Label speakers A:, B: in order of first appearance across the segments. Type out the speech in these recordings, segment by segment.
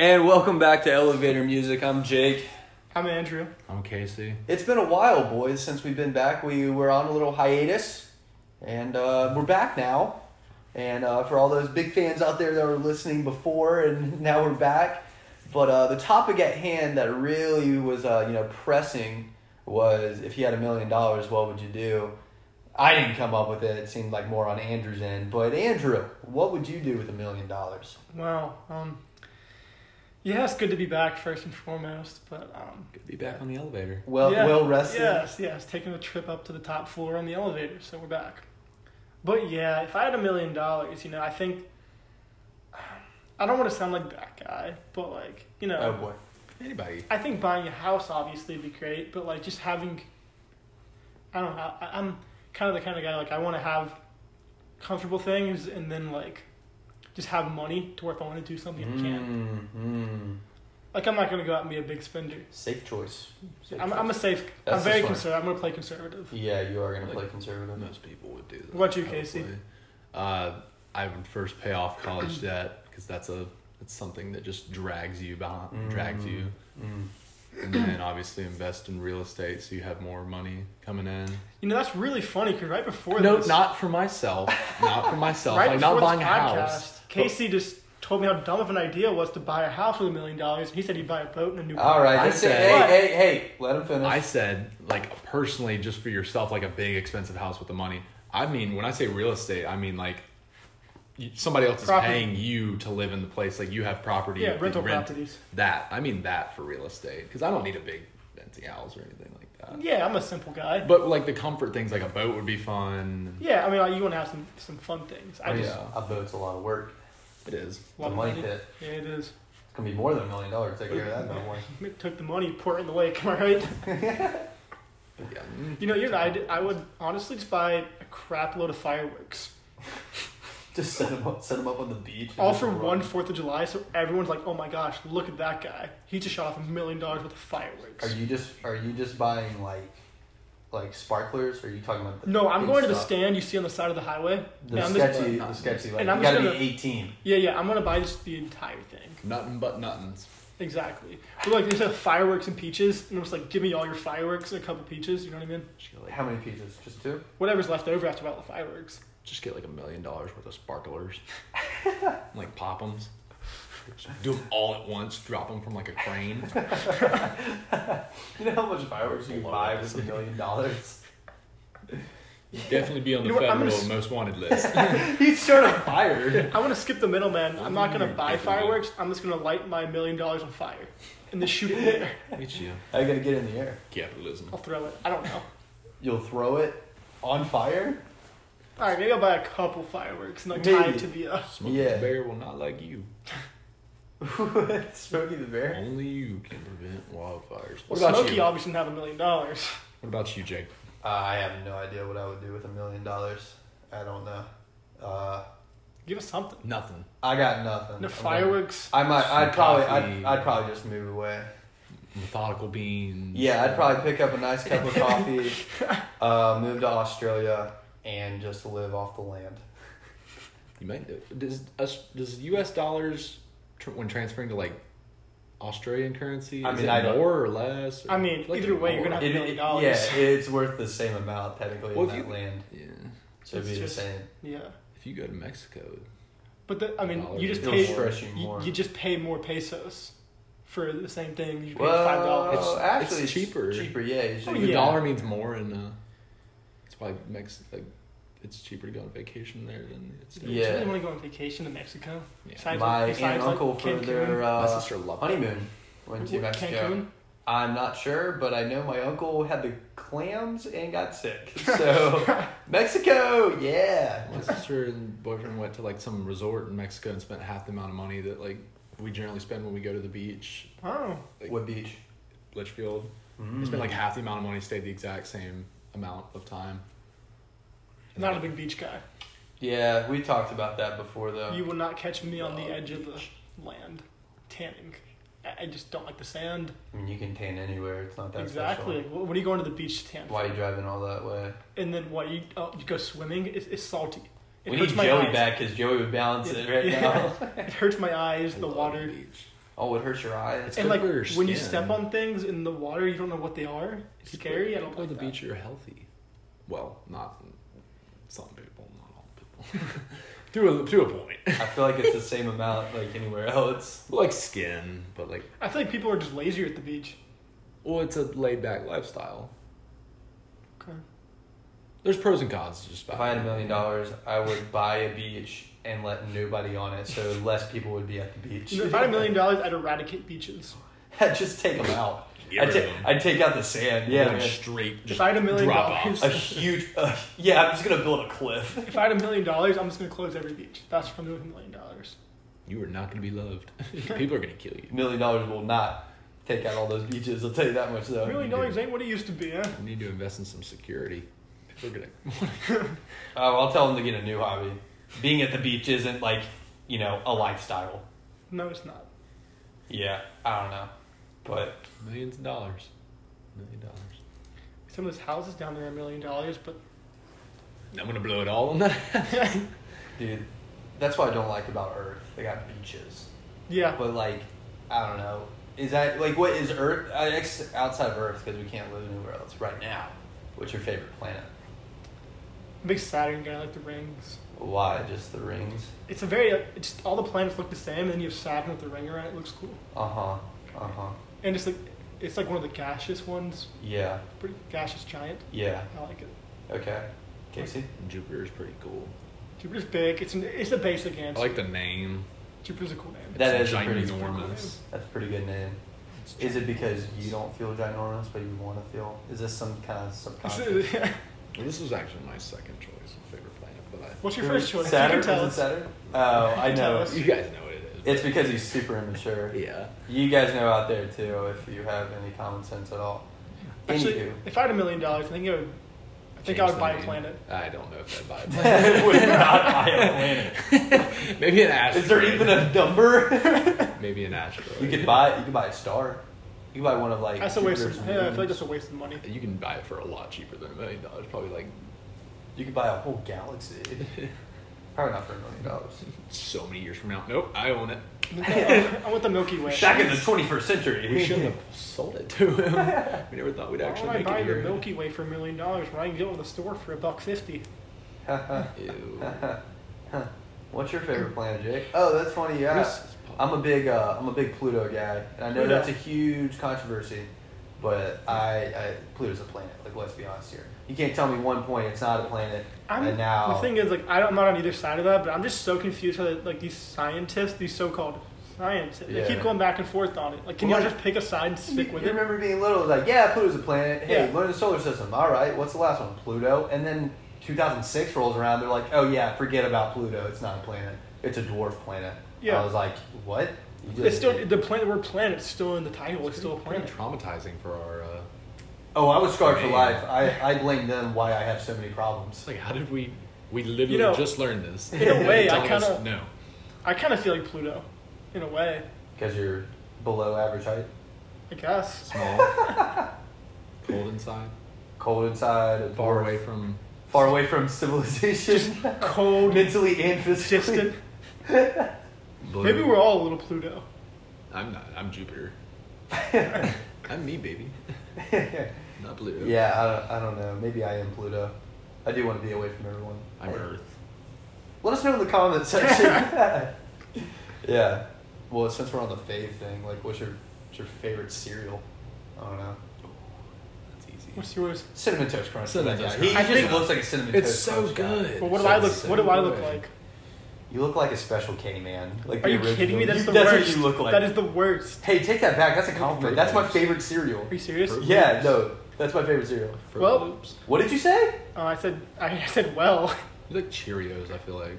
A: And welcome back to Elevator Music. I'm Jake.
B: I'm Andrew.
C: I'm Casey.
A: It's been a while, boys, since we've been back. We were on a little hiatus, and uh, we're back now. And uh, for all those big fans out there that were listening before, and now we're back. But uh, the topic at hand that really was, uh, you know, pressing was if you had a million dollars, what would you do? I didn't come up with it. It seemed like more on Andrew's end. But Andrew, what would you do with a million dollars?
B: Well, um, yeah, it's good to be back first and foremost, but um,
C: Good to be back on the elevator.
A: Well,
B: yeah,
A: well rested.
B: Yes, yes, taking a trip up to the top floor on the elevator, so we're back. But yeah, if I had a million dollars, you know, I think I don't want to sound like that guy, but like you know,
A: Oh boy.
C: Anybody?
B: I think buying a house obviously would be great, but like just having, I don't know, I, I'm kind of the kind of guy like I want to have comfortable things and then like just have money to where if I want to do something
A: Mm,
B: I
C: Mm.
B: can.
A: Mm-hmm.
B: Like I'm not gonna go out and be a big spender.
A: Safe choice. Safe
B: I'm,
A: choice.
B: I'm a safe.
A: That's
B: I'm
A: the
B: very
A: smart-
B: conservative. I'm gonna play conservative.
A: Yeah, you are gonna
C: Like-
A: play conservative.
C: Most people would do that.
B: What about you, Casey?
C: probably. Uh, I would first pay off college debt because that's a that's something that just drags you behind, drags
A: Mm.
C: you,
A: Mm.
C: and then obviously invest in real estate so you have more money coming in.
B: You know that's really funny because right before
C: No,
B: this,
C: not for myself. Not for myself.
B: right
C: like
B: before
C: not buying a
B: this
C: house.
B: podcast, Casey just told me how dumb of an idea it was to buy a house with a million dollars. and He said he'd buy a boat and a new.
A: All right,
C: I
A: that's it.
C: said-
A: hey, hey, hey, let him finish.
C: I said, like personally, just for yourself, like a big expensive house with the money. I mean, when I say real estate, I mean like you- somebody else
B: Property.
C: is paying you to live in the place. Like you have property.
B: Yeah,
C: you
B: rental
C: rent
B: properties.
C: That I mean that for real estate because I don't need a big fancy house or anything like that.
B: Yeah, I'm a simple guy.
C: But like the comfort things, like a boat would be fun.
B: yeah, I mean, like, you want to have some some fun things. I
C: Oh,
B: just
C: yeah.
A: I bet it's a lot of work.
C: It is.
A: The
B: love
A: money
B: money.
A: pit.
B: Yeah, it is.
A: It's gonna be more than a million dollars. Take care of that, no more.
B: We took the money, pour it in the lake. Am I right?
C: But yeah. mm,
B: You know, you're right. I would honestly just buy a crap load of fireworks,
A: Just set him up, set him up on the beach. and
B: all
A: just
B: for
A: run.
B: one Fourth of July. So everyone's like, "Oh my gosh, look at that guy! He just shot off a million dollars worth of fireworks."
A: Are you just are you just buying like like sparklers? Or are you talking about the
B: No, I'm
A: big
B: going to the
A: stuff?
B: stand you see on the side of the highway.
A: The
B: Yeah, I'm just-
A: sketchy, the sketchy. Like,
B: And I'm
A: you
B: just
A: gotta
B: gonna-
A: be 18.
B: Yeah, yeah, I'm gonna buy just the entire thing.
C: Nothing but nothings.
B: Exactly. But like they said fireworks and peaches, and I'm just like, give me all your fireworks and a couple peaches. You know what I mean?
C: Just get like,
A: How many pieces? Just two.
B: Whatever's left over after all the fireworks.
C: just get like a million dollars worth of sparklers, like pop 'ems. Just do them all at once. Drop them from like a crane.
A: You know how much fireworks you can
C: Blow
A: buy
C: it.
A: with a million dollars?
C: Definitely be on the
B: You know what, I'm
C: federal
B: gonna s-
C: most wanted list.
A: He's sort of fired.
B: I want to skip the middleman. I'm not gonna
C: Mm,
B: buy
C: okay.
B: fireworks. I'm just gonna light my million dollars on fire and then shoot it there.
C: It's you.
A: I gotta get in the air.
C: Capitalism.
B: I'll throw it. I don't know.
A: You'll throw it on fire.
B: All right, maybe I'll buy a couple fireworks and like
A: Maybe.
B: tie it to the. Uh,
C: Smokey
A: Yeah.
C: the Bear will not like you.
A: Smokey the Bear.
C: Only you can prevent
B: well,
C: wildfires. What about
B: Smokey
C: you? What
B: obviously didn't have a million dollars.
C: about you, Jake?
A: Uh, I have no idea what I would do with a million dollars. I don't know. Uh,
B: Give us something.
C: Nothing.
A: I got nothing.
B: No
A: I'm
B: fireworks.
A: gonna- I might. I'd
C: Some
A: probably. I'd,
C: coffee.
A: I'd probably just move away.
C: Methodical beans.
A: Yeah, I'd probably pick up a nice cup of coffee, uh, move to Australia, and just live off the land.
C: You might do. Does us does U.S. dollars tr- when transferring to like Australian currency?
A: I
C: is
A: mean,
C: it
A: I don't-
C: more or less? Or-
B: I mean,
C: like
B: either way, you're
C: more.
B: gonna have-
A: It,
B: Million
A: it-
B: dollars.
A: yeah, it's worth the same amount technically
C: Well,
A: in
C: if
A: that
C: you-
A: land.
C: Yeah.
A: So it'd
B: It's
A: be the
B: just-
A: same.
B: Yeah,
C: If you go to Mexico,
B: but the, I mean,
C: Dollars.
B: you just
A: It'll
C: paid-
B: pay.
A: stress you
B: You,
A: more.
B: you just pay more pesos for the same thing. You pay
A: well,
B: five dollars.
C: It's-
A: actually,
C: it's cheaper.
A: Cheaper, yeah. you should-
B: Oh,
C: the
B: yeah.
C: dollar means more, and uh, it's why Mex like it's cheaper to go on vacation there than it's.
B: Do
C: States.
B: you
A: Yeah.
B: really want to go on vacation to Mexico?
C: Yeah.
B: Besides,
A: My aunt
B: besides,
A: and
B: like,
A: uncle for
B: Cancun?
A: their
C: My
A: uh,
C: sister loved it.
A: honeymoon went to Mexico.
B: Cancun?
A: I'm not sure, but I know my uncle had the clams and got sick. So Mexico, yeah.
C: My sister and boyfriend went to like some resort in Mexico and spent half the amount of money that like we generally spend when we go to the beach,
B: Oh,
A: What beach?
C: Litchfield. They
A: Mm.
C: spent like half the amount of money, stayed the exact same amount of time. And
B: not a
C: then-
B: big beach guy.
A: Mm. Yeah, we talked about that before though.
B: You will not catch me on the
C: No,
B: edge of the land, tanning. I I just don't like the sand.
A: I mean, you can tan anywhere. It's not that
B: exactly.
A: special.
B: Like, wh- What are you going to the beach to tan?
A: Why are
B: for?
A: you driving all that way?
B: And then what? You oh, you go swimming? It's, it's salty. It
A: we
B: hurts
A: need
B: my
A: Joey
B: eyes.
A: back because Joey would balance it right
B: Yeah.
A: now.
B: It hurts my eyes.
C: I
B: The
C: love
B: water.
C: beach.
A: Oh, it hurts your eyes.
C: It's
B: and
C: good
B: like
C: for your
B: when you
C: skin.
B: step on things in the water, you don't know what they are. It's scary. I don't
C: People
B: like
C: at the
B: that.
C: beach are healthy. Well, not some people, not all people. to a to a point.
A: I feel like it's the same amount like anywhere else.
C: like skin, but like
B: I feel like people are just lazier at the beach.
C: well, it's a laid back lifestyle.
B: Okay.
C: There's pros and cons to just about.
A: If I had a million
C: everything.
A: dollars, I would buy a beach and let nobody on it, so less people would be at the beach.
B: If I had a million dollars, I'd eradicate beaches.
A: I'd just take them out.
C: Get
A: I'd,
C: rid of
A: ta-
C: them.
A: I'd take out the sand. Yeah,
C: Like,
A: man.
C: straight. Just
B: if I had a million
C: drop
B: dollars,
A: a huge. Uh, yeah, I'm just gonna build a cliff.
B: if I had a million dollars, I'm just gonna close every beach. That's from doing a million dollars.
C: You are not going to be loved. People are going to kill you.
A: Million dollars will not take out all those beaches. I'll tell you that much though.
B: A million
C: do.
B: dollars ain't what it used to be, huh?
C: You need to invest in some security. People are going to.
A: Oh, I'll tell them to get a new hobby. Being at the beach isn't like you know a lifestyle.
B: No, it's not.
A: Yeah, I don't know, but
C: Millions of dollars. Million dollars.
B: Some of those houses down there are a million dollars, but
C: I'm going to blow it all on that.
A: dude, that's what I don't like about Earth. They got beaches,
B: yeah,
A: but like I don't know. Is that like what is Earth I ex- outside of Earth because we can't live anywhere else right now? What's your favorite planet?
B: big Saturn guy I like the rings.
A: Why just the rings?
B: It's a very uh, it's just all the planets look the same, and then you have Saturn with the ring around it. It looks cool,
A: Uh huh. Uh huh.
B: and it's like it's like one of the gaseous ones,
A: Yeah.
B: pretty gaseous giant.
A: Yeah.
B: I like it.
A: Okay. Casey.
C: Jupiter is pretty cool.
B: Jupiter's big. It's an, it's a basic
C: I
B: answer.
C: like the name.
B: Jupiter's a cool name.
A: That
C: It's
A: is a pretty cool
C: ginormous.
A: That's a pretty good name.
C: It's
A: Is it because
C: ginormous.
A: you don't feel ginormous, but you want to feel? Is this some kind of subconscious?
B: What's
C: Well, this was actually my second choice of favorite planet, but
B: your first choice?
A: Saturn?
B: You can
A: Is
B: tell
A: it
B: us.
A: Saturn? Oh, I
B: Tell
A: know.
B: us.
C: I, you guys know what it is.
A: It's because he's super immature.
C: yeah.
A: You guys know out there too, if you have any common sense at all.
B: Actually,
A: Anywho.
B: if I had a million dollars, I think I would. I think I
C: Change
B: would
C: the
B: buy a
C: name.
B: planet.
C: I don't know if I'd buy a planet.
A: Would not buy a planet.
C: Maybe an asteroid.
A: Is there even a number?
C: Maybe an asteroid.
A: you could buy. You could buy a star. You could buy one of like.
B: That's a waste. Of,
A: Jupiter's
B: yeah, I feel like
A: moons.
B: that's a waste of money.
C: You can buy it for a lot cheaper than a million dollars. Probably like
A: You could buy a whole galaxy. Probably not for a million dollars.
C: so many years from now. Nope, I own it.
B: I want the Milky Way.
A: Back in the 21st century.
C: We shouldn't have sold it to him. We never thought we'd
B: Why
C: actually
B: would I
C: make it
B: buy the
C: here.
B: Milky Way for a million dollars when I can get one at the store for a buck fifty?
C: Ew.
A: What's your favorite planet, Jake? Oh, that's funny. Yeah,
C: This is pop-
A: I'm a big uh, I'm a big Pluto guy, and I know
B: Pluto.
A: that's a huge controversy, but I, I Pluto's a planet. Like, let's be honest here. You can't tell me one point it's not a planet.
B: I'm,
A: and now,
B: the thing is, like, I don't, I'm not on either side of that, but I'm just so confused how, that, like, these scientists, these so-called scientists,
A: Yeah.
B: they keep going back and forth on it. Like, can
A: Well,
B: y'all
A: like-
B: just pick a side and
A: you,
B: stick with
A: you
B: it?
A: remember being little, it was like, yeah, Pluto's a planet. Hey,
B: Yeah.
A: learn the solar system. All right, what's the last one? Pluto. And then 2006 rolls around, they're like, oh yeah, forget about Pluto. It's not a planet. It's a dwarf planet.
B: Yeah.
A: I was like, what? You
B: It's still the planet. We're planet's still in the title. It's still a
C: pretty
B: planet.
C: traumatizing for our. Uh,
A: Oh, I was scarred for
C: Man.
A: life. I, I blame them why I have so many problems.
C: it's like, how did we? We literally
B: know,
C: just learned this.
B: in a way,
C: You're
B: I
C: telling us
B: kinda-
C: no.
B: I kind of feel like Pluto, in a way.
A: Because you're below average height,
B: I guess.
C: Small, cold inside,
A: cold inside, a
C: far
A: dwarf,
C: away from.
A: far away from civilization,
B: Cold,
A: mentally and physically.
B: distant.
C: Blue.
B: Maybe we're all a little Pluto.
C: I'm not. I'm Jupiter. I'm me, baby. Not Pluto.
A: yeah, I don't, I don't know. Maybe I am Pluto. I do want to be away from everyone.
C: I'm Earth.
A: Let us know in the comments section. yeah. Well, since we're on the fave thing, like, what's your what's your favorite cereal? I don't know.
C: That's easy.
B: What's yours?
A: Cinnamon toast crunch.
C: Cinnamon
A: Yeah,
C: Toast
A: He, he
C: Crunch.
A: just
B: I think-
A: looks like a cinnamon
C: It's
A: toast.
C: so
A: Crunch guy.
C: good.
B: Well, what do I look?
C: so
B: What do I look
C: good.
B: like?
A: You look like a special K man. Like
B: Are
A: the
B: you
A: original.
B: kidding me? That's the
A: that's
B: worst.
A: what you look like.
B: That is the worst.
A: Hey, take that back. That's a compliment.
C: Fruit
A: That's my
C: Loops.
A: favorite cereal.
B: Are you serious?
C: Fruit-
A: Yeah, no, that's my favorite cereal.
C: Fruit
B: Well-
C: Loops.
A: What did you say?
B: Uh, I said. I said well.
C: You like Cheerios. I feel like.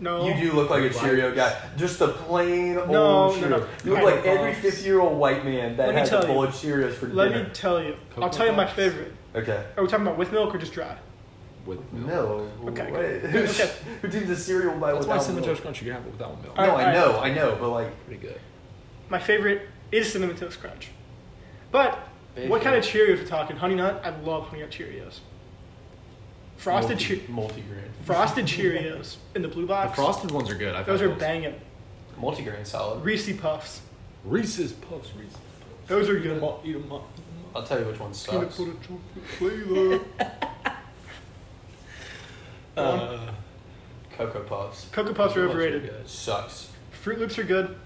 B: No.
A: You do look like a
C: White.
A: Cheerio guy. Just the plain
B: No,
A: old
B: no,
A: Cheerio.
B: no.
A: You look
B: Kind
A: like
B: of
A: every
B: box.
A: fifty-year-old white man that
B: Let me
A: has
B: tell
A: a bowl
B: you.
A: of Cheerios for
B: Let
A: dinner.
B: me tell you. I'll
C: Cocoa
B: tell you my
C: Puffs.
B: favorite.
A: okay.
B: Are we talking about with milk or just dry?
C: With milk.
A: No. Wait.
B: Okay, good. Okay.
A: Who did the cereal by
C: That's why
A: without
C: cinnamon
A: milk?
C: toast crunch you can have it without milk.
A: No,
B: Alright,
A: I
B: alright.
A: know, I know, but like,
C: Pretty good.
B: My favorite is cinnamon toast crunch. But what
A: Basically.
B: kind of Cheerios we're talking? Honey nut. I love honey nut Cheerios. Frosted
A: multi,
B: Cheerios.
A: multi-grain.
B: Frosted Cheerios in the blue
C: The
B: box.
C: frosted ones Uh, are good. I've
B: Those
C: had
B: are banging.
A: Multi-grain salad.
B: Reese Puffs.
C: Reese's Puffs, Reese's. Puffs. Uh,
B: Those are good.
C: Eat 'em up, eat 'em up.
A: I'll tell you which one
B: Peanut
A: sucks.
B: butter chocolate flavor.
C: Uh,
A: Cocoa Puffs.
B: Cocoa Puffs are
C: Cocoa
B: overrated.
C: good.
A: Sucks.
B: Fruit Loops are good.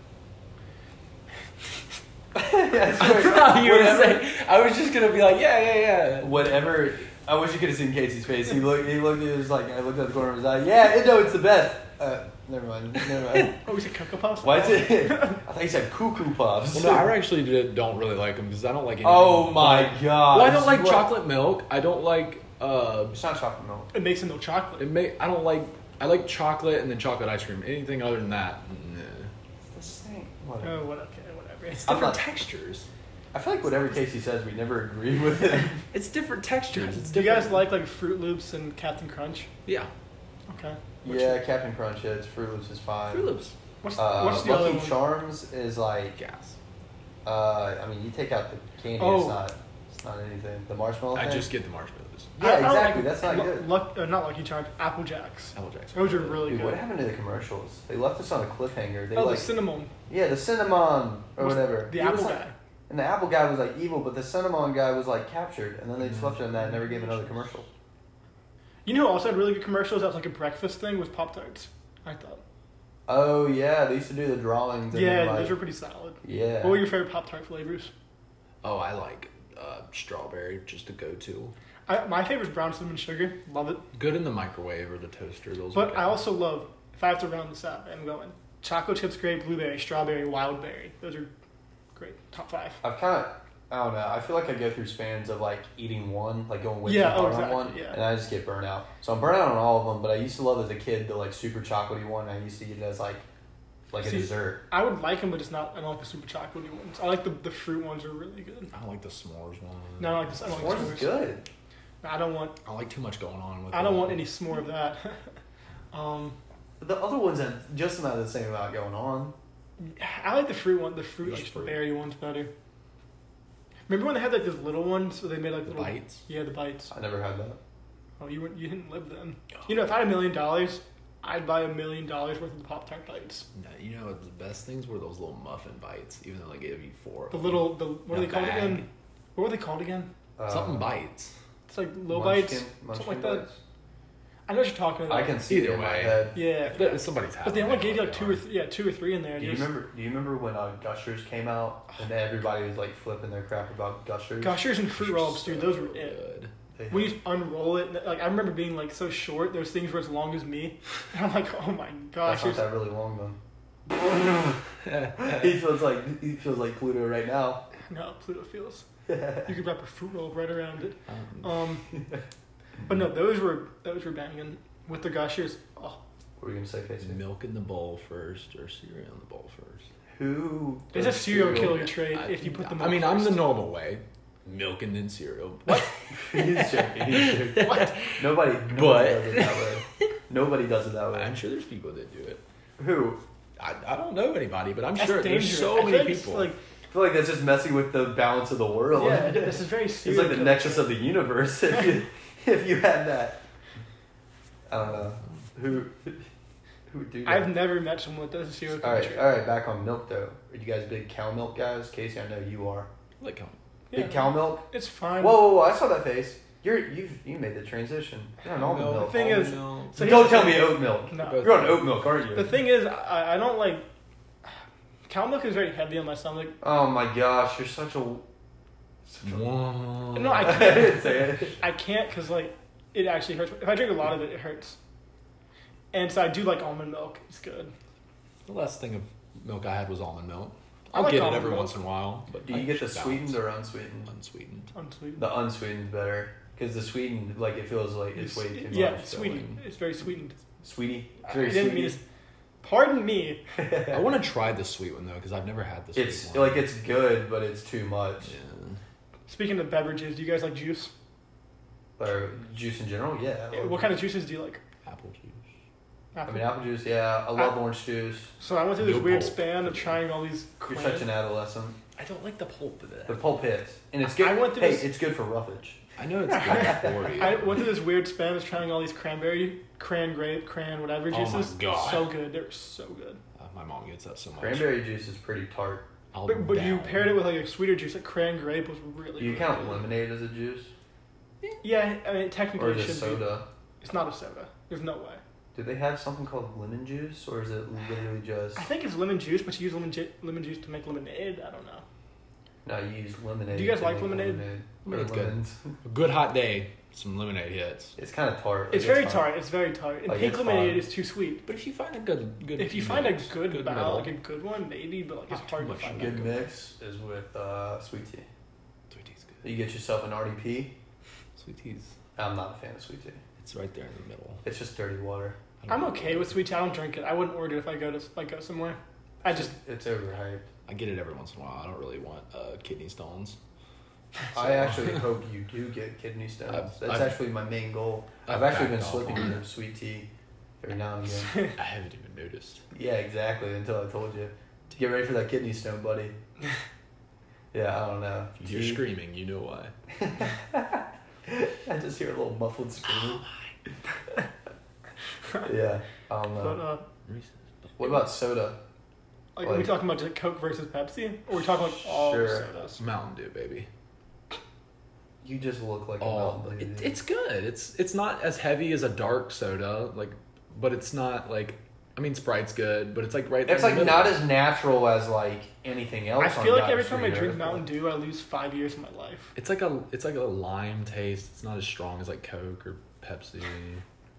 A: yeah,
C: I
A: sorry.
C: thought you were
A: Whatever-
C: saying, I was just gonna be like, yeah, yeah, yeah.
A: whatever. I wish you could have seen Casey's face. He looked. He looked. He was like, I looked at the corner of his eye. Yeah, it, no, it's the best. Uh, never mind. Never mind.
B: Oh, is it Cocoa Puffs?
A: Why is it? I thought you said cuckoo puffs.
C: Well, no, I actually did- don't really like them because I don't like. Anything.
A: oh my god.
C: Well, I don't like
A: What?
C: chocolate milk. I don't like. Uh,
A: It's not chocolate milk.
B: It makes it no chocolate.
C: it may. I don't like. I like chocolate and then chocolate ice cream. Anything other than that, nah.
A: It's the same. Whatever.
B: Oh, what, okay, whatever.
C: it's
A: I'm
C: different
A: not-
C: textures.
A: I feel like whatever Casey says, we never agree with him.
C: It's different textures. It's
B: Do you
C: different.
B: guys like like Fruit Loops and Captain Crunch?
C: Yeah,
B: Okay. What's-
A: yeah, Captain Crunch. Yeah, it's Fruit Loops is fine.
C: Fruit Loops.
B: What's,
A: Uh,
B: what's the other
A: Lucky
B: one?
A: Charms is like.
C: Gas.
A: Uh, I mean, you take out the candy. It's
B: Oh.
A: not. It's not anything. The marshmallow.
C: I
A: thing?
C: just get the marshmallows.
A: Yeah,
B: I- I don't
A: exactly. That's not
B: Lu-
A: good.
B: Luck, uh, not Lucky Charms. Apple Jacks.
C: Apple Jacks.
B: Those are really
A: Dude,
B: good.
A: what happened to the commercials? They left us on a cliffhanger. They
B: oh,
A: like,
B: the cinnamon.
A: yeah, the cinnamon or
B: What's
A: whatever.
B: The
A: He was
B: apple
A: like-
B: guy.
A: And the apple guy was like evil, but the cinnamon guy was like captured, and then they
B: Mm-hmm.
A: just left it in that and never gave another commercial.
B: You know, who also had really good commercials. That was like a breakfast thing with Pop Tarts. I thought.
A: Oh yeah, they used to do the drawings. And
B: Yeah,
A: then, like,
B: those were pretty solid.
A: yeah.
B: What were your favorite Pop Tart flavors?
C: Oh, I like uh, strawberry, just a go-to.
B: I, my favorite is brown cinnamon sugar. Love it.
C: Good in the microwave or the toaster. Those. are
B: But
C: good.
B: I also love, if I have to round this up, I'm going chocolate chips, grape, blueberry, strawberry, wild berry. Those are great. Top five.
A: I've kind of. I don't know. I feel like I go through spans of like eating one, like going way
B: Yeah,
A: too hard
B: oh, exactly,
A: on one,
B: yeah.
A: and I just get burnt out. So I'm burnt out on all of them. But I used to love as a kid the like super chocolatey one. I used to eat it as like, like a
B: See,
A: dessert.
B: I would like them, but it's not. I don't like the super chocolatey ones. I like the, the fruit ones are really good.
C: I don't like the s'mores one.
B: No, I don't like this. I don't like
A: Orange
B: s'mores.
A: is good.
B: No, I don't want.
C: I like too much going on with.
B: I don't
C: it.
B: want any s'more of that. um,
A: The other ones have just not the same amount going on.
B: I like the fruit one. The fruit,
C: Just
B: like,
C: fruit.
B: berry ones better. Remember when they had like those little ones? So they made like
C: The
B: little
C: bites?
B: Yeah, the bites.
A: I never had that.
B: Oh, you weren't. You didn't live then. You know, if I had a million dollars, I'd buy a million dollars worth of Pop Tart bites.
C: No, you know the best things were those little muffin bites, even though they gave you four. of
B: The
C: them.
B: little, the what are
C: The
B: they called
C: bag.
B: again? What were they called again?
C: something
A: Uh,
C: bites.
B: It's like little bites,
A: munchkin-
B: something
A: munchkin
B: like that.
A: bites?
B: I know what you're talking about.
A: I can see
C: Either
A: it in my
C: way.
A: head.
B: Yeah,
C: That- somebody's
B: but they only gave you like two or
C: three.
B: three, yeah, two or three in there.
A: Do you
B: Just-
A: remember? Do you remember when uh, Gushers came out and everybody was like flipping their crap about Gushers?
B: Gushers and fruit rolls, dude. Those were it.
C: good.
A: They
B: We
A: had-
B: just unroll it. and, Like I remember being like so short. There's things were as long as me. And I'm like, oh my gosh.
A: that's not
B: there's-
A: that really long though. he feels like he feels like Pluto right now.
B: No, Pluto feels. You could wrap a fruit roll right around it.
C: Um,
B: Um, but no, those were those were banging with the gushers. Oh,
A: What were you gonna say, Casey?
C: milk in the bowl first or cereal in the bowl first.
A: Who?
B: it's a
A: does
B: serial
A: cereal?
B: killer trait
C: I-
B: if you put them.
C: I
B: all
C: mean, I'm the
B: first.
C: normal way. Milk and then cereal. What?
A: he's joking. He's joking.
B: What?
A: Nobody. nobody
C: But-
A: does it that way. Nobody does it that way.
C: I'm sure there's people that do it.
A: Who?
C: I, I don't know anybody, but I'm
B: That's
C: sure
B: dangerous.
C: there's
B: I
C: so
B: feel
C: many
B: like it's,
C: people.
B: Like,
A: I feel like that's just messing with the balance of the world.
B: yeah, this is very
A: It's
B: serious.
A: like the nexus of the universe if you if you had that. I don't know. Who who would do that?
B: I've never met someone that does a serial killer.
A: all right,
B: trait.
A: all right. Back on milk though. Are you guys big cow milk guys? Casey, I know you are.
C: like,
B: Yeah,
A: Big cow milk.
B: It's fine.
A: Whoa, whoa, whoa! I saw that face. You're you've you made the transition. You're on almond
C: No,
A: milk.
B: The thing
A: Almond
B: is-
A: milk.
C: no.
B: so
A: don't
B: here's
A: tell
B: the
A: me
B: thing.
A: oat milk.
B: No.
A: You're on oat milk, aren't you?
B: The thing is, I, I don't like. Cow milk is very heavy on my stomach.
A: oh my gosh, you're such a. Such a
C: Whoa.
B: No, I
A: I
B: can't.
A: didn't say it.
B: I can't because like it actually hurts. If I drink a lot of it, it hurts. And so I do like almond milk. It's good.
C: The last thing of milk I had was almond milk.
B: I
C: I'll
B: like
C: get it
B: almond
C: every
B: milk.
C: once in a while. But
A: Do you
C: I
A: get the
C: should
A: sweetened
C: balance.
A: or unsweetened?
C: unsweetened?
B: Unsweetened.
A: The unsweetened better because the sweetened, like it feels like it's way too
B: yeah,
A: much.
B: it's sweetened. It's very sweetened.
A: Sweetie, it's
B: I
A: very
B: didn't mean
A: sweetie.
B: to, Pardon me.
C: I want to try the sweet one though because I've never had the sweet
A: It's
C: one.
A: like it's good, but it's too much.
C: Yeah.
B: Speaking of beverages, do you guys like juice?
A: Or juice in general, yeah. I love
B: What kind of juices do you like?
C: apple juice.
A: I mean, apple juice, yeah. I love orange juice.
B: So I went through this
C: Your
B: weird
C: pulp.
B: span of trying all these.
A: You're
B: Quail.
A: such an adolescent.
C: I don't like the pulp of it.
A: The pulp hits, and it's good.
B: I went through
A: hey,
B: this-
A: it's good for roughage.
C: I know it's good for you.
B: I went through this weird span of trying all these cranberry, cran grape, cran whatever
C: Oh my
B: juices.
C: God.
B: So good. They're so good.
C: Uh, my mom gets that so much.
A: Cranberry juice is pretty tart.
C: I'll
B: But, but you
C: down.
B: paired it with like a sweeter juice, like cran grape was really.
A: You
B: really
A: count
B: good.
A: lemonade as a juice
B: Yeah, I mean
A: or
B: technically it
A: is it
B: should be.
A: soda?
B: It's not a soda. There's no way.
A: Do they have something called lemon juice or is it literally just
B: I think it's lemon juice, but you use lemon ju- lemon juice to make lemonade. I don't know.
A: no? You use lemonade.
B: Do you guys
A: to
B: like
A: make
B: lemonade?
A: Or
C: Lemonade's good.
A: lemons.
C: A good hot day, some lemonade hits.
A: It's kind of tart.
B: It's
A: like,
B: very
A: fine.
B: tart. It's very tart. And
A: Like,
B: pink
A: it's
B: lemonade
A: fine.
B: is too sweet.
C: But if you find a good, good,
B: If you find a
C: mix,
B: good,
C: middle,
B: bow, like a good one, maybe, but like it's
C: Not too
B: hard to
C: much
B: find.
C: good.
B: Good.
A: Good mix is with uh, sweet tea.
C: sweet tea's good.
A: You get yourself an RDP.
C: Sweet tea's,
A: I'm not a fan of sweet tea.
C: it's right there in the middle.
A: It's just dirty water.
C: I don't
B: I'm
C: know.
B: okay with sweet tea. I don't drink it. I wouldn't order it if I go to like go somewhere. I just
A: It's overhyped.
C: I get it every once in a while. I don't really want uh, kidney stones.
A: I actually hope you do get kidney stones.
C: I've-
A: That's
C: I've-
A: actually my main goal. I've, actually been slipping into sweet tea every now and again.
C: I haven't even noticed.
A: yeah, exactly. Until I told you to get ready for that kidney stone, buddy. Yeah, I don't know.
C: If You're
A: Tea.
C: screaming. You know why?
A: I just hear a little muffled scream. yeah, I don't
B: but
A: know.
B: uh,
C: Reese's.
A: What about soda?
B: like, are we
A: Like-
B: talking about just Coke versus Pepsi, or are we talking like all
A: Sure.
B: sodas?
C: Mountain Dew, baby?
A: You just look like
C: Oh,
A: a mountain.
C: it,
A: dude.
C: it's good. It's it's not as heavy as a dark soda, like, but it's not like. I mean, Sprite's good, but it's like right. there
A: It's
C: in
A: like
C: the
A: not
C: middle.
A: as natural as like anything else.
B: I
A: on
B: feel like
A: Dr.
B: every time I
A: Sweetener.
B: drink Mountain Dew, I lose five years of my life.
C: It's like a it's like a lime taste. It's not as strong as like Coke or Pepsi,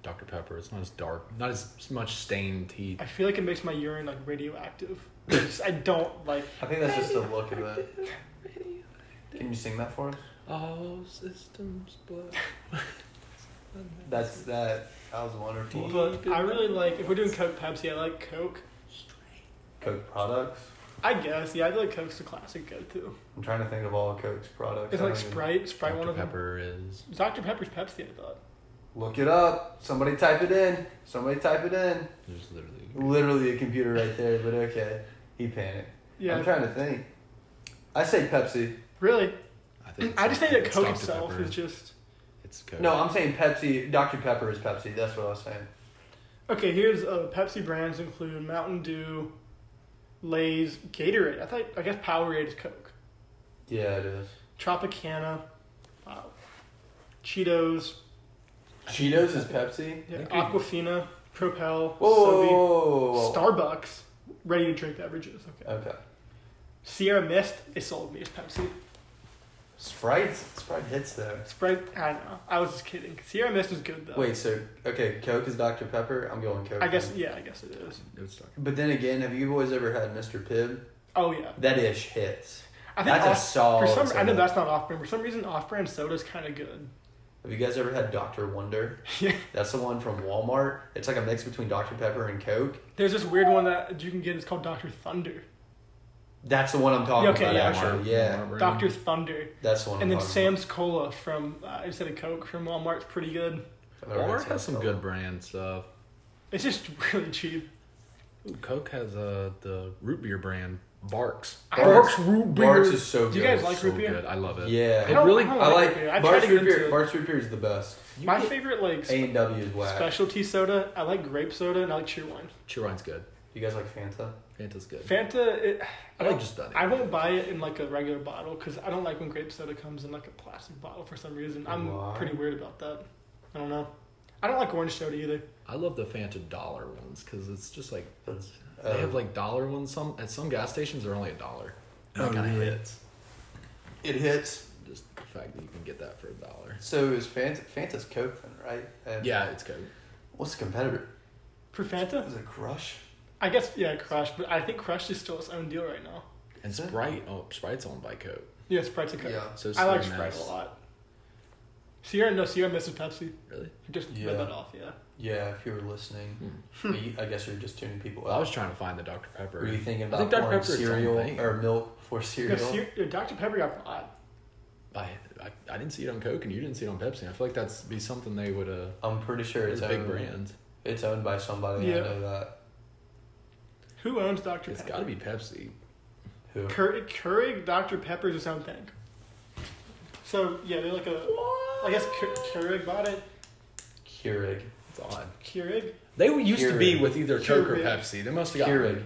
C: Dr Pepper. It's not as dark, not as much stained tea.
B: I feel like it makes my urine like radioactive. I just- I don't like.
A: I think that's just the look of it. Can you sing that for us?
C: All systems blow.
A: That's that. That was wonderful.
B: But I really like if we're doing Coke Pepsi, I like Coke.
A: Coke products.
B: I guess yeah, I feel like Coke's the classic go to.
A: I'm trying to think of all Coke's products.
B: It's
A: I
B: like
A: don't even-
B: Sprite, Sprite one
C: Dr
B: of them.
C: Pepper is
B: Dr Pepper's Pepsi, I thought.
A: Look it up. Somebody type it in. Somebody type it in.
C: there's literally
A: Literally a computer right there, but okay. He panicked.
B: Yeah,
A: I'm trying to think. I say Pepsi.
B: really.
C: I
B: I just think that
C: it's
B: Coke
C: Dr.
B: itself
C: Pepper.
B: is just
C: it's Coke.
A: No, I'm saying Pepsi. Dr. Pepper is Pepsi. That's what I was saying.
B: okay. Here's uh, Pepsi brands include Mountain Dew, Lay's, Gatorade. I thought I guess Powerade is Coke.
A: Yeah, it is.
B: Tropicana, wow. Cheetos,
A: Cheetos is Pepsi.
B: yeah,
C: Okay.
B: Aquafina, Propel,
A: Whoa,
B: Sobe.
A: whoa, whoa, whoa, whoa.
B: Starbucks, ready to drink beverages. Okay.
A: Okay.
B: Sierra Mist, it sold me as Pepsi.
A: Sprite. Sprite hits though.
B: Sprite, I don't know. I was just kidding. Sierra Mist is good though.
A: Wait, so okay, Coke is Dr Pepper. I'm going Coke.
B: I guess yeah, I guess it is.
C: It's Dr.
A: But then again, have you boys ever had Mr. Pibb?
B: Oh yeah.
A: That ish hits.
B: I think
A: That's a
B: off,
A: solid.
B: for some I know
A: soda.
B: that's not off brand. For some reason off brand soda's kinda good.
A: Have you guys ever had Dr Wonder?
B: Yeah.
A: That's the one from Walmart. It's like a mix between Dr Pepper and Coke.
B: There's this weird one that you can get, it's called Doctor Thunder.
A: That's the one I'm talking
B: Yeah, okay,
A: about.
B: yeah,
A: actually, yeah,
C: Marlboro.
B: Doctor Thunder.
A: that's the one. I'm
B: And then
A: talking
B: Sam's Cola from uh, instead of Coke from Walmart's pretty good.
A: about. I've never
C: Walmart
A: had
C: has
A: Sam's
C: some
A: Club.
C: good brand stuff.
B: It's just really cheap.
C: Ooh, Coke has uh, the root beer brand Barks.
B: I don't-
A: Barks-
C: root
A: Bart's is so good.
B: Do you guys like
C: so
B: root beer?
C: good. I love it.
A: Yeah.
C: It really.
B: I
A: I,
B: don't
A: like
B: root beer. I tried
A: Bart's
B: to get
A: root beer.
B: into it.
A: Bart's root beer is the best.
C: you
B: My
C: get-
B: favorite like
A: A and W is whack.
B: specialty soda, I like grape soda and I like cheer wine.
C: Cheer wine's good.
A: You guys like Fanta?
C: Fanta's good.
B: Fanta, it,
C: I like just that.
B: I won't buy it in like a regular bottle because I don't like when grape soda comes in like a plastic bottle for some reason. I'm
A: Why?
B: pretty weird about that. I don't know. I don't like orange soda either.
C: I love the Fanta dollar ones because it's just like
A: That's-
C: they
A: uh,
C: have like dollar ones. Some at some gas stations they're only a dollar.
A: Oh,
C: That kind of
A: really?
C: hits.
A: It hits.
C: Just the fact that you can get that for a dollar.
A: So is Fanta? Fanta's Coke, then, right? And
C: Yeah, it's good.
A: What's the competitor?
B: For Fanta,
A: Is it Crush?
B: I guess yeah, Crush, but I think Crush is still its own deal right now.
C: And
A: Is it?
C: Sprite, oh Sprite's owned by Coke.
B: Yeah, Sprite's a Coke.
A: Yeah.
C: So
B: I like
C: Sierra
B: Sprite
C: Mist-
B: a lot. Sierra, no, Sierra misses Pepsi.
C: Really?
B: I just
A: Yeah.
B: read that off. Yeah.
A: Yeah, if you were listening,
C: Hmm.
A: But you- I guess you're just tuning people
C: Well, I
A: out.
C: was trying to find the Dr Pepper.
A: Were you thinking
C: I
A: about
C: think Dr.
A: pouring
C: Pepper is
A: cereal
C: on the
A: or milk for
B: Yeah,
A: cereal?
B: Sierra- Dr Pepper got bought.
C: I, I I didn't see it on Coke and you didn't see it on Pepsi. I feel like that's be something they would uh.
A: I'm pretty sure
C: It's
A: it's
C: a
A: owned,
C: big brand.
A: It's owned by somebody.
B: Yeah.
A: I know that.
B: Who owns Dr
C: It's
B: Pepper?
C: got to be Pepsi.
A: Who?
B: Keur- Keurig Dr Pepper is its own thing. So yeah, they're like a. I guess Keur- Keurig bought it.
A: Keurig.
C: It's odd.
B: Keurig.
C: They used to be
A: Keurig.
C: with either Coke or
B: Keurig.
C: Pepsi. They must have got
A: Keurig.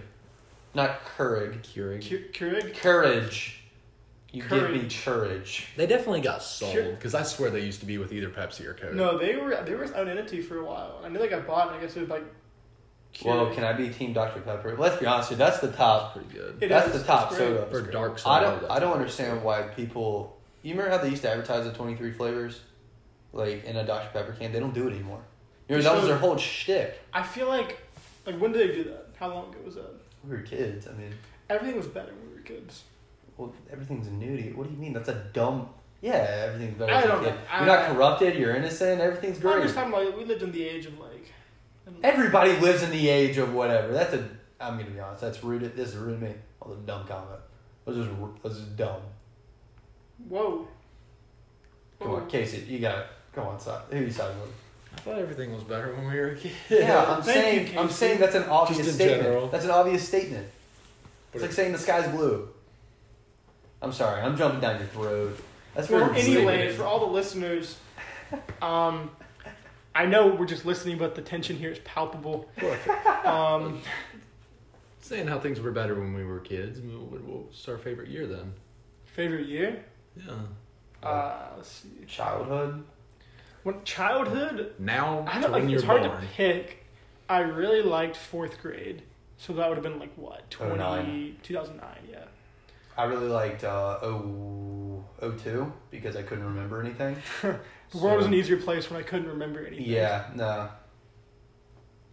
A: Not courage.
B: Keur-
C: Keurig.
B: Keurig.
A: Courage. You give me
B: Courage.
A: courage.
C: They definitely got sold
B: Keurig-
C: because I swear they used to be with either Pepsi or Coke.
B: No, they were they were its own entity for a while. I knew they got bought. and I guess it was like.
A: Whoa, can I be Team Dr. Pepper? Let's be honest, dude, that's the top.
C: pretty good.
B: It
A: that's
B: is,
A: the top
B: it's great.
A: soda.
C: For dark soda,
A: I don't.
C: that's
A: I don't
C: pretty
A: understand why people. You remember how they used to advertise the twenty three flavors, like in a Dr Pepper can. They don't do it anymore. You know that was their whole shtick.
B: I feel like like when did they do that? How long ago was that?
A: We were kids. I mean,
B: Everything was better when we were kids.
A: well, everything's new to you. What do you mean? That's a dumb. Yeah, everything's better.
B: I
A: as a
B: don't
A: kid.
B: know. I-
A: You're not corrupted. You're innocent. Everything's
B: I'm
A: great.
B: just talking about like, we lived in the age of like.
A: Everybody lives in the age of whatever. That's a. I'm gonna be honest. That's rude. This is rude to me. All the dumb comment. This is this is dumb.
B: Whoa.
A: Come on, Casey. You got it. Go on, side. Who you siding with?
C: I thought everything was better when we were kids.
A: Yeah, I'm
B: Thank
A: saying
B: you,
A: I'm
B: Casey.
A: saying that's an obvious
C: Just in
A: statement.
C: general.
A: That's an obvious statement.
C: But
A: it's like
C: it-
A: saying the sky's blue. I'm sorry, I'm jumping down your throat. That's
B: Well,
A: very rude.
B: anyway, for all the listeners, um, I know we're just listening, but the tension here is palpable. Um,
C: Saying how things were better when we were kids. What what was our favorite year then?
B: favorite year?
C: Yeah.
B: Uh, let's see.
A: childhood.
B: When childhood,
C: Now
B: I
C: to
B: don't
C: when
B: like.
C: you're
B: It's hard
C: born.
B: to pick. I really liked fourth grade, so that would have been like what
A: Oh,
B: 20,
A: 09.
B: 2009, Yeah.
A: I really liked uh, O O two because I couldn't remember anything.
B: The world was
C: So-
B: an easier place when I couldn't remember anything.
A: Yeah, no.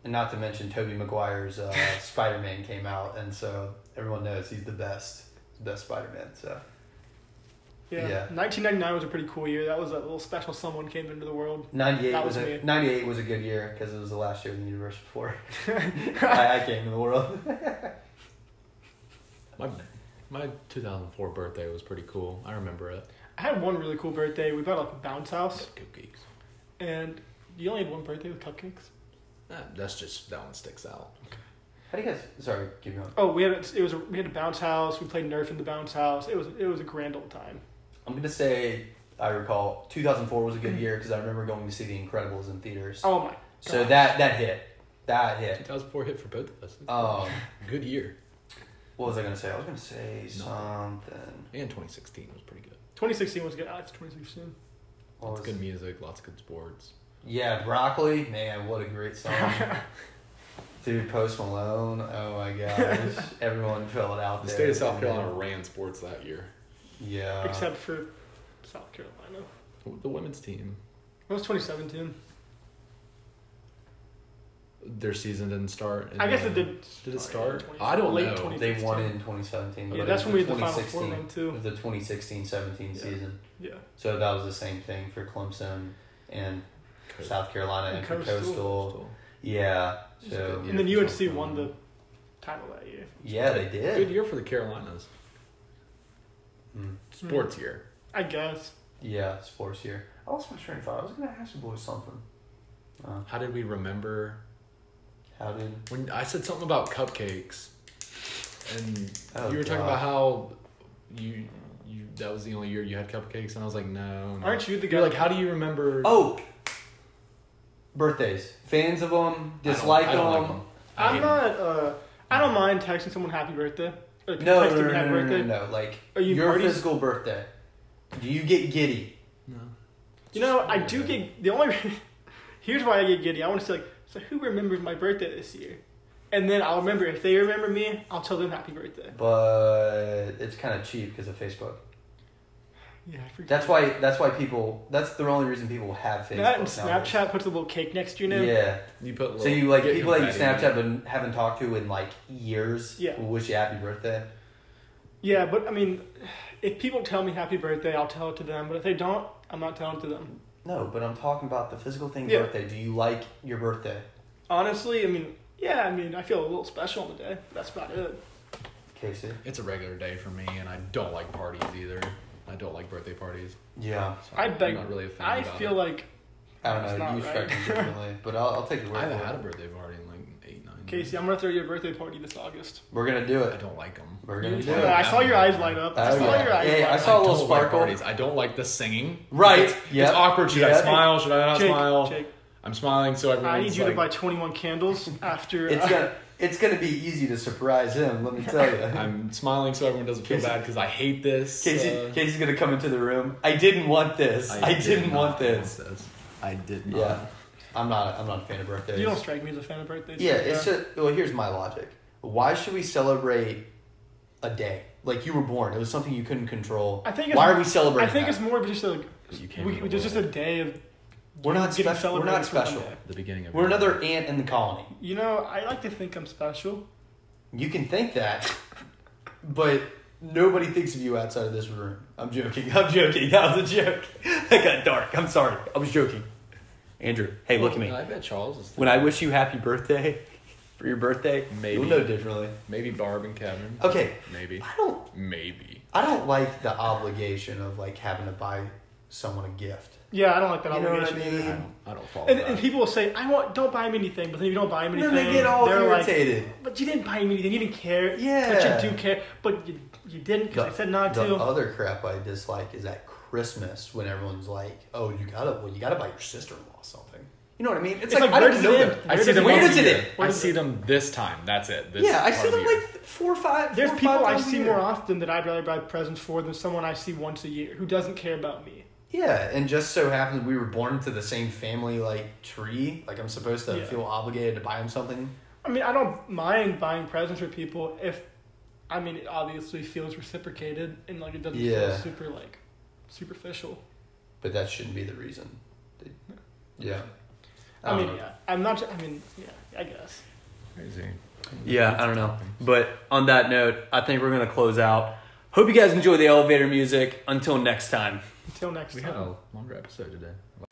A: And not to mention Toby Maguire's uh, Spider Man came out, and so everyone knows he's the best, best Spider Man. So
B: Yeah.
A: Yeah.
B: 1999 was a pretty cool year. That was a little special someone came into the world.
A: ninety eight
B: That
A: was,
B: was
A: a
B: me.
A: ninety eight was a good year because it was the last year of the universe before I, I came in the world.
C: My my 2004 birthday was pretty cool. I remember it.
B: I had one really cool birthday. We bought a bounce house,
C: Cupcakes.
B: and you only had one birthday with cupcakes.
C: That, that's just that one sticks out.
A: How do you guys? Sorry, keep going.
B: Oh, we had a, it was a, we had a bounce house. We played Nerf in the bounce house. It was it was a grand old time.
A: I'm gonna say I recall 2004 was a good year because I remember going to see The Incredibles in theaters.
B: Oh my!
A: so
B: gosh.
A: that that hit, that hit.
C: 2004 hit for both of us.
B: Uh,
A: Um,
C: Good year.
A: what was I gonna say? I was gonna say something.
C: And 2016 was pretty good.
B: 2016 was good. Ah, it's 2016.
A: What
C: Lots
A: was,
C: of good music, lots of good sports.
A: Yeah, broccoli. Man, what a great song. Dude, Post Malone. Oh my gosh, everyone fell out
C: The
A: there.
B: Oh,
C: state of South Carolina ran sports that year. Uh,
A: Yeah.
B: Except for South Carolina.
C: The women's team,
B: It was 2017.
C: their season didn't start. and
B: I guess it
C: then-
B: did.
C: Did it
B: start in
C: start?
B: 20
C: I don't
B: late
C: know.
B: 20
A: they won in 2017.
B: Yeah,
A: but
B: that's
A: it
B: when we
A: was
B: had the final four
A: 2016
B: run too.
A: The 2016-17
B: Yeah.
A: season.
B: Yeah.
A: So that was the same thing for Clemson and
C: Coach.
A: South Carolina and
B: And
A: for
B: Coastal.
A: Coastal. Yeah. So
C: Yeah,
B: and then
C: for
B: UNC
C: South
B: won the
C: Carolina.
B: title that year.
A: yeah, they
C: Good
A: did.
C: year for the Carolinas.
A: Mm.
B: Mm-hmm.
C: Sports year.
B: I guess.
A: Yeah, sports year. I lost my train of thought. I was gonna ask you boys something. Uh,
C: How did we remember
A: how did?
C: when I said something about cupcakes, and
A: Oh,
C: you were talking
A: God.
C: about how you you that was the only year you had cupcakes, and I was like, no, no.
B: Aren't you the guy?
C: Mm-hmm. You're like, how do you remember?
A: Oh, birthdays. Fans of them dislike
C: I don't like
A: them.
C: 'em. I
B: I'm
C: hate
B: not. Uh, I don't mind texting someone happy birthday. Like,
A: No, no,
B: texting
A: no,
B: me
A: no,
B: happy
A: no, no,
B: birthday.
A: no, no. Like
B: Are you
A: your
B: parties-
A: physical birthday. Do you get giddy?
C: No.
B: You know, I do get the only. here's why I get giddy. I want to say like, so who remembers my birthday this year? And then I'll remember. If they remember me, I'll tell them happy birthday.
A: But it's kind of cheap because of Facebook.
B: Yeah, I forget.
A: That's why. That's why people. That's the only reason people have Facebook.
B: That and
A: nowadays.
B: Snapchat puts a little cake next to your name.
A: Yeah.
C: You put
A: So
C: little-
A: you like
C: get
A: people that you
C: confetti.
A: Snapchat but haven't talked to in like years.
B: Yeah.
A: Will wish you happy birthday.
B: Yeah, but I mean, if people tell me happy birthday, I'll tell it to them. But if they don't, I'm not telling it to them.
A: No, but I'm talking about the physical thing.
B: Yeah.
A: Birthday. Do you like your birthday?
B: Honestly, I mean, yeah, I mean, I feel a little special on the day. That's about it.
A: Casey.
C: It's a regular day for me, and I don't like parties either. I don't like birthday parties.
A: Yeah.
C: So
B: I beg-
C: I'm not really a fan.
B: I
C: about
B: feel
C: it.
B: like
A: I don't
B: It's
A: know.
B: not
A: You strike
B: right.
A: me differently, but I'll, I'll take your
C: I
A: word
C: haven't
A: for
C: had a
A: it.
C: birthday party in like eight nine.
B: Casey,
C: years.
B: I'm gonna throw you a birthday party this August.
A: We're gonna do
C: I
A: it.
C: don't like them.
A: We're gonna
B: You-
A: do
C: Yeah,
A: it.
B: I saw your eyes light up. I
A: Oh,
B: saw
A: yeah.
B: your eyes
A: Yeah, yeah, I
B: light
A: saw a
B: up.
A: little
C: don't like
A: sparkle.
C: parties. I don't like the singing.
A: Right.
C: It's,
A: Yep.
C: it's awkward. Should
A: Yep.
C: I smile? Should I not
B: Jake,
C: smile?
B: Jake,
C: I'm smiling, so everyone's
B: I need you
C: like,
B: to buy 21 candles after.
A: It's
B: uh,
A: gonna. it's gonna be easy to surprise him. Let me tell you.
C: I'm smiling so everyone doesn't feel
A: Casey-
C: bad because I hate this.
A: Casey,
C: uh,
A: Casey's gonna come into the room. I didn't want this. I,
D: did
A: didn't
D: not
A: want this.
D: I did not.
A: Yeah, I'm not. I'm not a fan of birthdays.
B: You don't strike me as a fan of birthdays.
A: Yeah,
B: but,
A: it's
B: uh,
A: just well. Here's my logic. Why should we celebrate a day? Like you were born, it was something you couldn't control.
B: I think it's-
A: Why are we
B: I
A: celebrating?
B: think
A: that?
B: it's more of just a.
D: You can't
B: We,
D: rule
B: it's just a
D: it.
B: day of.
A: we're not
B: getting
A: special. We're not
B: celebrated for one
A: special.
B: day.
D: The beginning of
A: We're
D: your
A: another
D: life.
A: ant in the colony.
B: You know, I like to think I'm special.
A: You can think that, but nobody thinks of you outside of this room. I'm joking. I'm joking. That was a joke. That got dark. I'm sorry. I was joking. Andrew, hey, look at me.
D: I bet Charles is.
A: When I wish you happy birthday for your birthday,
C: Maybe.
A: you'll know differently.
C: maybe Barb and Kevin.
A: Okay,
C: Maybe.
A: I don't
C: Maybe.
A: I don't like the obligation of like having to buy someone a gift.
B: Yeah, I don't like that
A: You know what I
B: obligation. either.
A: mean?
C: I don't, I don't follow
B: And,
C: that.
B: and people will say, "I want, don't buy him anything," but then if you don't buy him
A: And
B: anything,
A: then they get all
B: they're like,
A: irritated.
B: but you didn't buy him anything. You didn't care.
A: Yeah.
B: but you do care. But you, you didn't because I said not
A: the
B: to.
A: other crap I dislike is at Christmas when everyone's like, "Oh, you gotta well, you gotta buy your sister in law something." You know what I mean?
B: It's like,
A: I
B: where
A: didn't
B: does it
A: know
B: end?
A: them.
C: I
B: Where
C: see
B: does
C: them
B: it
A: where
C: once
A: does
C: a
A: it
C: year.
A: end?
B: Where
C: I
B: does
C: see
B: it-
C: them this time. That's it. This
A: yeah, I
C: part
A: see
C: of
A: them
C: the year.
A: like four or five.
B: There's
A: four or
B: people
A: five
B: I
A: times a
B: see
A: year.
B: more often that I'd rather buy presents for than someone I see once a year who doesn't care about me.
A: Yeah, and just so happened we were born into the same family like tree. Like I'm supposed to
B: Yeah.
A: feel obligated to buy him something.
B: I mean, I don't mind buying presents for people if, I mean, it obviously feels reciprocated and like it doesn't
A: Yeah.
B: feel super like superficial.
A: But that shouldn't be the reason. Yeah.
B: I
A: don't
B: mean,
A: know.
B: yeah, I'm not. ju- I mean, yeah, I guess.
C: Crazy.
A: Yeah, I don't know. But on that note, I think we're going to close out. Hope you guys enjoy the elevator music. Until next time.
B: Until next
D: We
B: time.
D: had a longer episode today.